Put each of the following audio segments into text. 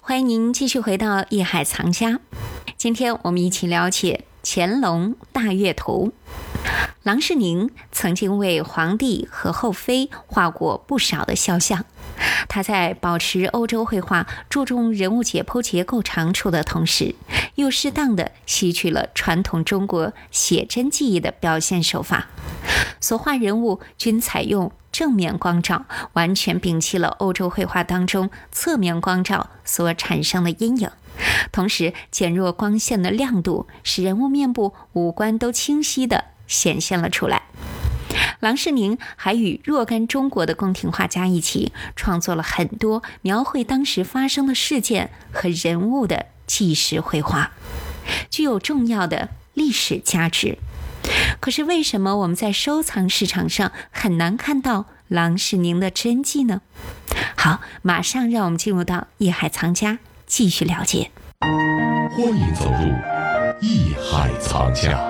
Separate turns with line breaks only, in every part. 欢迎您继续回到《艺海藏家》，今天我们一起了解乾隆大阅图。郎世宁曾经为皇帝和后妃画过不少的肖像。他在保持欧洲绘画注重人物解剖结构长处的同时，又适当的吸取了传统中国写真技艺的表现手法。所画人物均采用正面光照，完全摒弃了欧洲绘画当中侧面光照所产生的阴影。同时，减弱光线的亮度，使人物面部五官都清晰的显现了出来。郎世宁还与若干中国的宫廷画家一起创作了很多描绘当时发生的事件和人物的纪实绘画，具有重要的历史价值。可是，为什么我们在收藏市场上很难看到郎世宁的真迹呢？好，马上让我们进入到艺海藏家继续了解。
欢迎走入艺海藏家。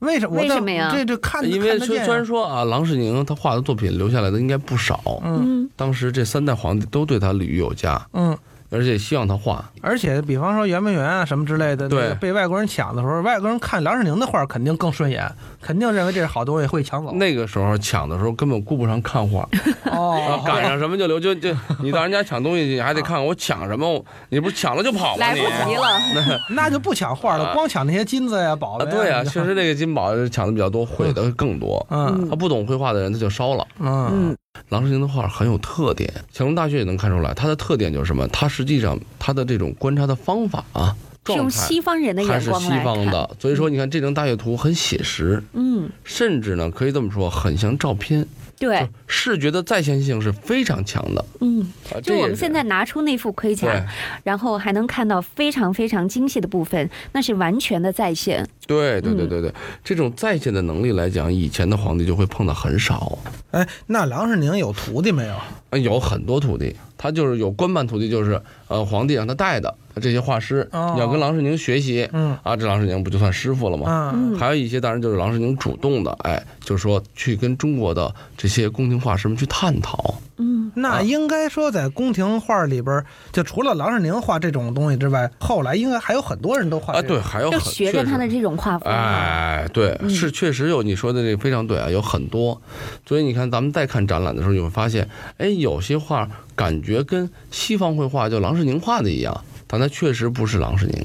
为什么？
为什么呀
这这看
因为
啊看得
虽
见
虽然说啊，郎世宁他画的作品留下来的应该不少，
嗯，
当时这三代皇帝都对他礼遇有加，
嗯，
而且希望他画。
而且比方说圆明园啊什么之类的，
对
那个被外国人抢的时候，外国人看郎世宁的画肯定更顺眼，肯定认为这是好东西，会抢
哦
走。
那个时候抢的时候根本顾不上看画， 啊
哦，
赶上什么就留，就就你到人家抢东西，你还得看我抢什么，我你不是抢了就跑吗？
来
你
不及 了。
那就不抢画了，光抢那些金子呀、宝
啊，
贝呀。
对啊，
你就
确实这个金宝抢的比较多，毁的更多。
嗯
他不懂绘画的人他就烧了。
嗯
郎世宁的画很有特点，乾隆大学也能看出来，它的特点就是什么？它实际上它的这种观察的方法啊，
是
状
用
态
西方人的
还
眼
是
光
西
来
方
看，
的，所以说你看这张大阅图很写实，
嗯，
甚至呢可以这么说，很像照片，
对，
视觉的再现性是非常强的。
嗯，
啊这
就我
也
们
是
现在拿出那副盔
对
甲，然后还能看到非常非常精细的部分，那是完全的再现。
对对
嗯
对对对，这种再现的能力来讲，以前的皇帝就会碰到很少。
哎，那郎世宁有徒弟没有？
啊有很多徒弟，他就是有官办徒弟，就是呃皇帝让他带的这些画师，
哦
你要跟郎世宁学习，
嗯
啊，这郎世宁不就算师傅了吗？
嗯
啊还有一些当然就是郎世宁主动的，哎，就是说去跟中国的这些宫廷画师们去探讨，
嗯，
那应该说在宫廷画里边，就除了郎世宁画这种东西之外，后来应该还有很多人都画
啊，
这种
对，还有
就
很
学着他的。
确实
这种画风啊，
哎，对，是确实有你说的这个非常对啊，有很多，所以你看咱们再看展览的时候，你会发现，哎，有些画感觉跟西方绘画就郎世宁画的一样，但它确实不是郎世宁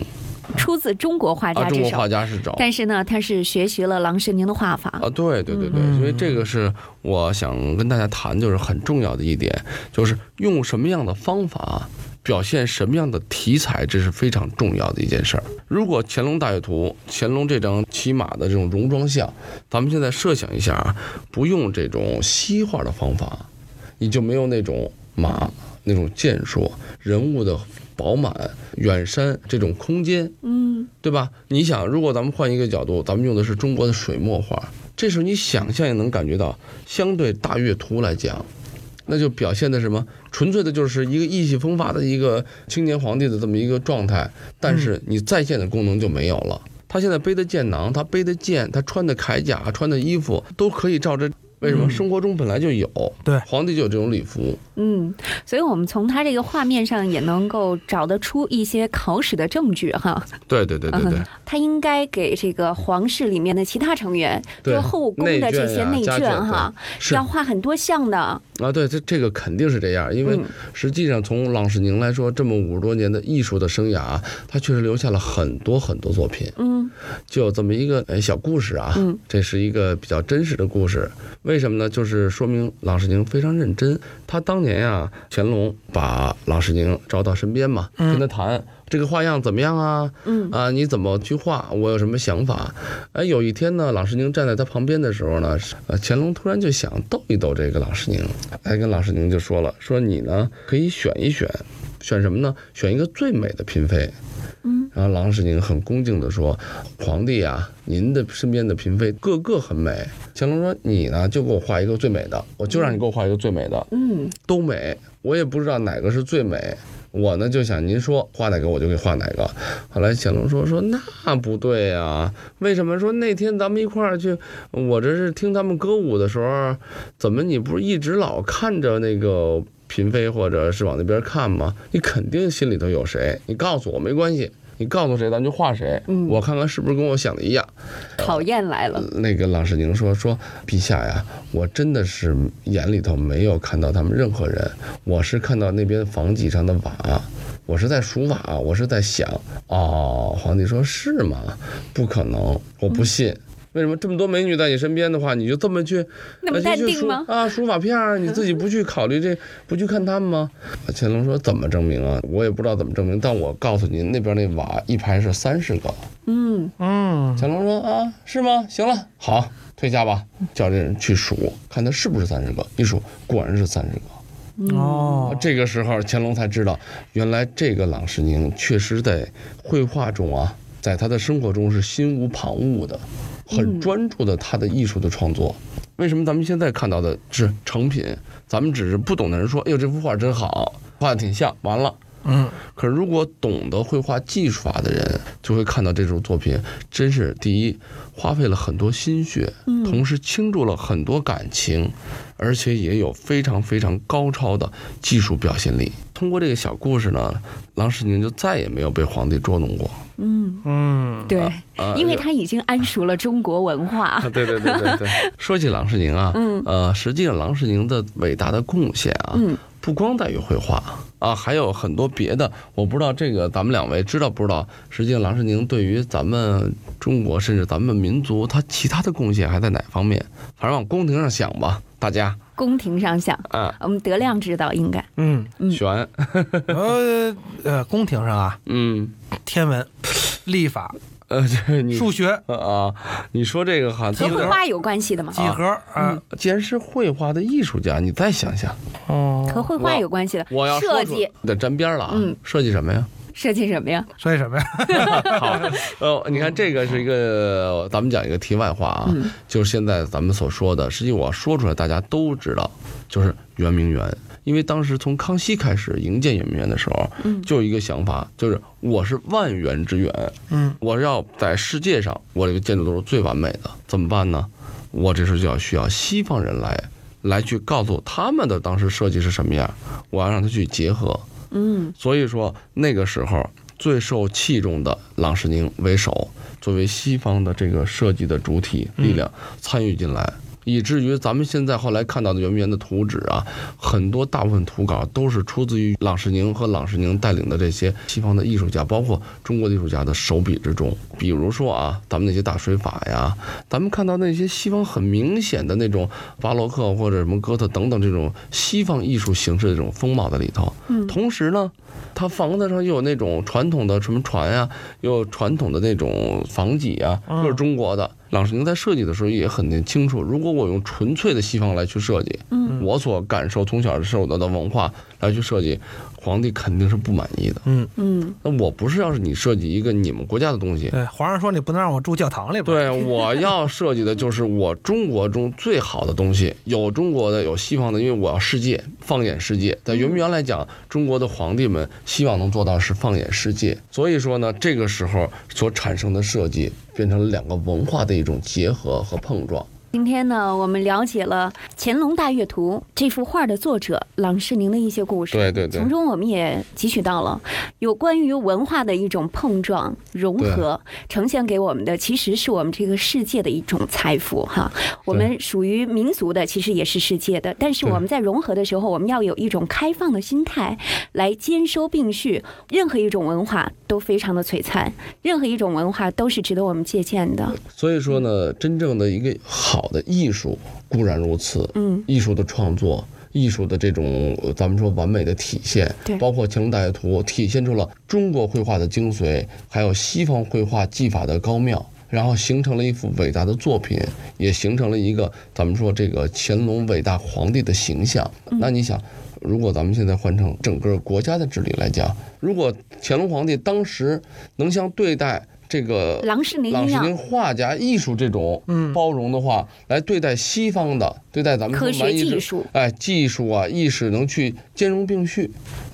出自中国画
啊，
家
中
之
国
手
画。家是找
但是呢，他是学习了郎世宁的画法，
啊，对对对对，所以这个是我想跟大家谈，就是很重要的一点，就是用什么样的方法表现什么样的题材，这是非常重要的一件事儿。如果乾隆大阅图，乾隆这张骑马的这种戎装像，咱们现在设想一下啊，不用这种西画的方法，你就没有那种马那种健硕、人物的饱满、远山这种空间，
嗯，
对吧？你想，如果咱们换一个角度，咱们用的是中国的水墨画，这时候你想象也能感觉到，相对大阅图来讲，那就表现的什么？纯粹的就是一个意气风发的一个青年皇帝的这么一个状态，但是你再现的功能就没有了。他现在背的箭囊，他背的剑，他穿的铠甲、穿的衣服，都可以照着。为什么生活中本来就有？
对
皇帝就有这种礼服。
嗯，所以我们从他这个画面上也能够找得出一些考史的证据哈。
对对对对对
嗯， 他应该给这个皇室里面的其他成员，就
对
是后宫的这些内
内卷呀家
卷
眷
哈，
是
要画很多项的。
啊，对，这这个肯定是这样，因为
嗯
实际上从郎世宁来说，这么五十多年的艺术的生涯，他确实留下了很多很多作品。
嗯，
就有这么一个呃小故事啊，
嗯
这是一个比较真实的故事。为什么呢？就是说明郎世宁非常认真。他当年啊，乾隆把郎世宁招到身边嘛，跟他谈。这个画样怎么样啊？
嗯
啊，你怎么去画？我有什么想法？哎，有一天呢，郎世宁站在他旁边的时候呢，呃，乾隆突然就想逗一逗这个郎世宁，哎，跟郎世宁就说了，说你呢可以选一选，选什么呢？选一个最美的嫔妃。然后郎世宁很恭敬地说：“皇帝啊，您的身边的嫔妃个个很美。”乾隆说：“你呢，就给我画一个最美的，我就让你给我画一个最美的，
嗯，
都美，我也不知道哪个是最美。”我呢就想您说画哪个我就给画哪个。后来乾隆说说那不对啊，为什么？说那天咱们一块儿去，我这是听他们歌舞的时候，怎么你不是一直老看着那个嫔妃或者是往那边看嘛，你肯定心里头有谁，你告诉我没关系。你告诉谁，咱就画谁。我看看是不是跟我想的一样。
考验来了，
那个郎世宁说说，陛下呀，我真的是眼里头没有看到他们任何人，我是看到那边房脊上的瓦，我是在数瓦，我是在想，哦，皇帝说是吗？不可能，我不信。为什么这么多美女在你身边的话，你就这么去？
那么
呃就
淡
去
定
数
吗
啊，数瓦片儿，你自己不去考虑这，不去看他们吗？啊乾隆说怎么证明啊？我也不知道怎么证明，但我告诉您，那边那瓦一排是三十个。
嗯，
嗯，
乾隆说啊，是吗？行了，好，退下吧。叫这人去数，看他是不是三十个。一数，果然是三十个。
哦，
这个时候，乾隆才知道，原来这个郎世宁确实在绘画中啊，在他的生活中是心无旁骛的，很专注的他的艺术的创作。为什么咱们现在看到的是成品？咱们只是不懂的人说，哎呦，这幅画真好，画的挺像。完了，
嗯，
可是如果懂得绘画技术法的人，就会看到这种作品，真是第一，花费了很多心血，
嗯
同时倾注了很多感情，而且也有非常非常高超的技术表现力。通过这个小故事呢，郎世宁就再也没有被皇帝捉弄过。
嗯，
对，
啊
因为
有
他已经谙熟了中国文化
啊，， 对对对对对。说起郎世宁啊，嗯，呃，实际上郎世宁的伟大的贡献啊，
嗯，
不光在于绘画啊，还有很多别的。我不知道这个咱们两位知道不知道？实际上郎世宁对于咱们中国甚至咱们民族，他其他的贡献还在哪方面？反正往宫廷上想吧，大家
宫廷上想，
啊，
我们德亮知道应该，
嗯，
选，
嗯
呃呃，宫廷上啊，
嗯，
天文、历法、
呃，这你
数学、
啊，你说这个哈，
和
他
绘画有关系的吗？
几何啊，
既然是绘画的艺术家，你再想想，
哦，
和绘画有关系的，
我要说
设
出
计
得沾边了啊，
嗯
设计什么呀？
设计什么呀？
所以什么呀？
好，呃，你看这个是一个，咱们讲一个题外话啊，就是现在咱们所说的，实际我说出来大家都知道，就是圆明园。因为当时从康熙开始营建圆明园的时候，就有一个想法，就是我是万园之园，
嗯，
我要在世界上我这个建筑都是最完美的，怎么办呢？我这时候就要需要西方人来来去告诉我他们的当时设计是什么样，我要让他去结合，
嗯，
所以说那个时候最受器重的郎世宁为首，作为西方的这个设计的主体力量参与进来，以至于咱们现在后来看到的圆明园的图纸啊，很多大部分图稿都是出自于郎世宁和郎世宁带领的这些西方的艺术家，包括中国的艺术家的手笔之中。比如说啊，咱们那些大水法呀，咱们看到那些西方很明显的那种巴洛克或者什么哥特等等这种西方艺术形式的这种风貌在里头。同时呢，它房子上又有那种传统的什么船呀、又有传统的那种房脊啊，都是中国的。郎世宁在设计的时候也很清楚，如果我用纯粹的西方来去设计，我所感受从小受到的文化来去设计，皇帝肯定是不满意的。
嗯
嗯，
那我不是要是你设计一个你们国家的东西，
对，皇上说你不能让我住教堂里边，，
对，我要设计的就是我中国中最好的东西，有中国的，有西方的，因为我要世界，放眼世界。在圆明园来讲，中国的皇帝们希望能做到是放眼世界，所以说呢，这个时候所产生的设计变成了两个文化的一种结合和碰撞。
今天呢，我们了解了《乾隆大阅图》这幅画的作者郎世宁的一些故事，
对对对
从中我们也汲取到了有关于文化的一种碰撞、融合，呈现给我们的其实是我们这个世界的一种财富哈。我们属于民族的，其实也是世界的，但是
对
我们在融合的时候，我们要有一种开放的心态来兼收并蓄，任何一种文化都非常的璀璨，任何一种文化都是值得我们借鉴的。
所以说呢，真正的一个好的艺术固然如此，
嗯，
艺术的创作。艺术的这种，呃咱们说完美的体现
对，
包括《乾隆大阅图》体现出了中国绘画的精髓，还有西方绘画技法的高妙，然后形成了一幅伟大的作品，也形成了一个咱们说这个乾隆伟大皇帝的形象。
嗯
那你想，如果咱们现在换成整个国家的治理来讲，如果乾隆皇帝当时能像对待这个
郎世宁
朗
一
世
样
宁画家艺术这种包容的话，来对待西方的，对待咱们
科
中
学
文艺
技
术，
术
哎，技术啊，意识能去兼容并蓄，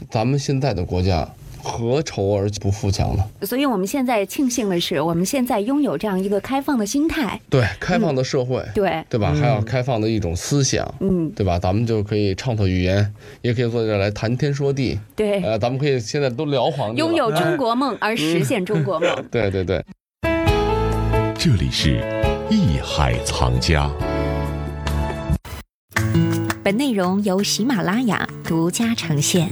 咱们现在的国家何愁而不富强呢？
所以我们现在庆幸的是，我们现在拥有这样一个开放的心态，
对，开放的社会，
对，
对吧？还有开放的一种思想，
嗯，
对吧？咱们就可以畅所欲言，也可以坐在这儿来谈天说地。
对，
呃，咱们可以现在都聊黄帝了
拥有中国梦而实现中国 梦。
对对对，
这里是艺海藏家。
本内容由喜马拉雅独家呈现。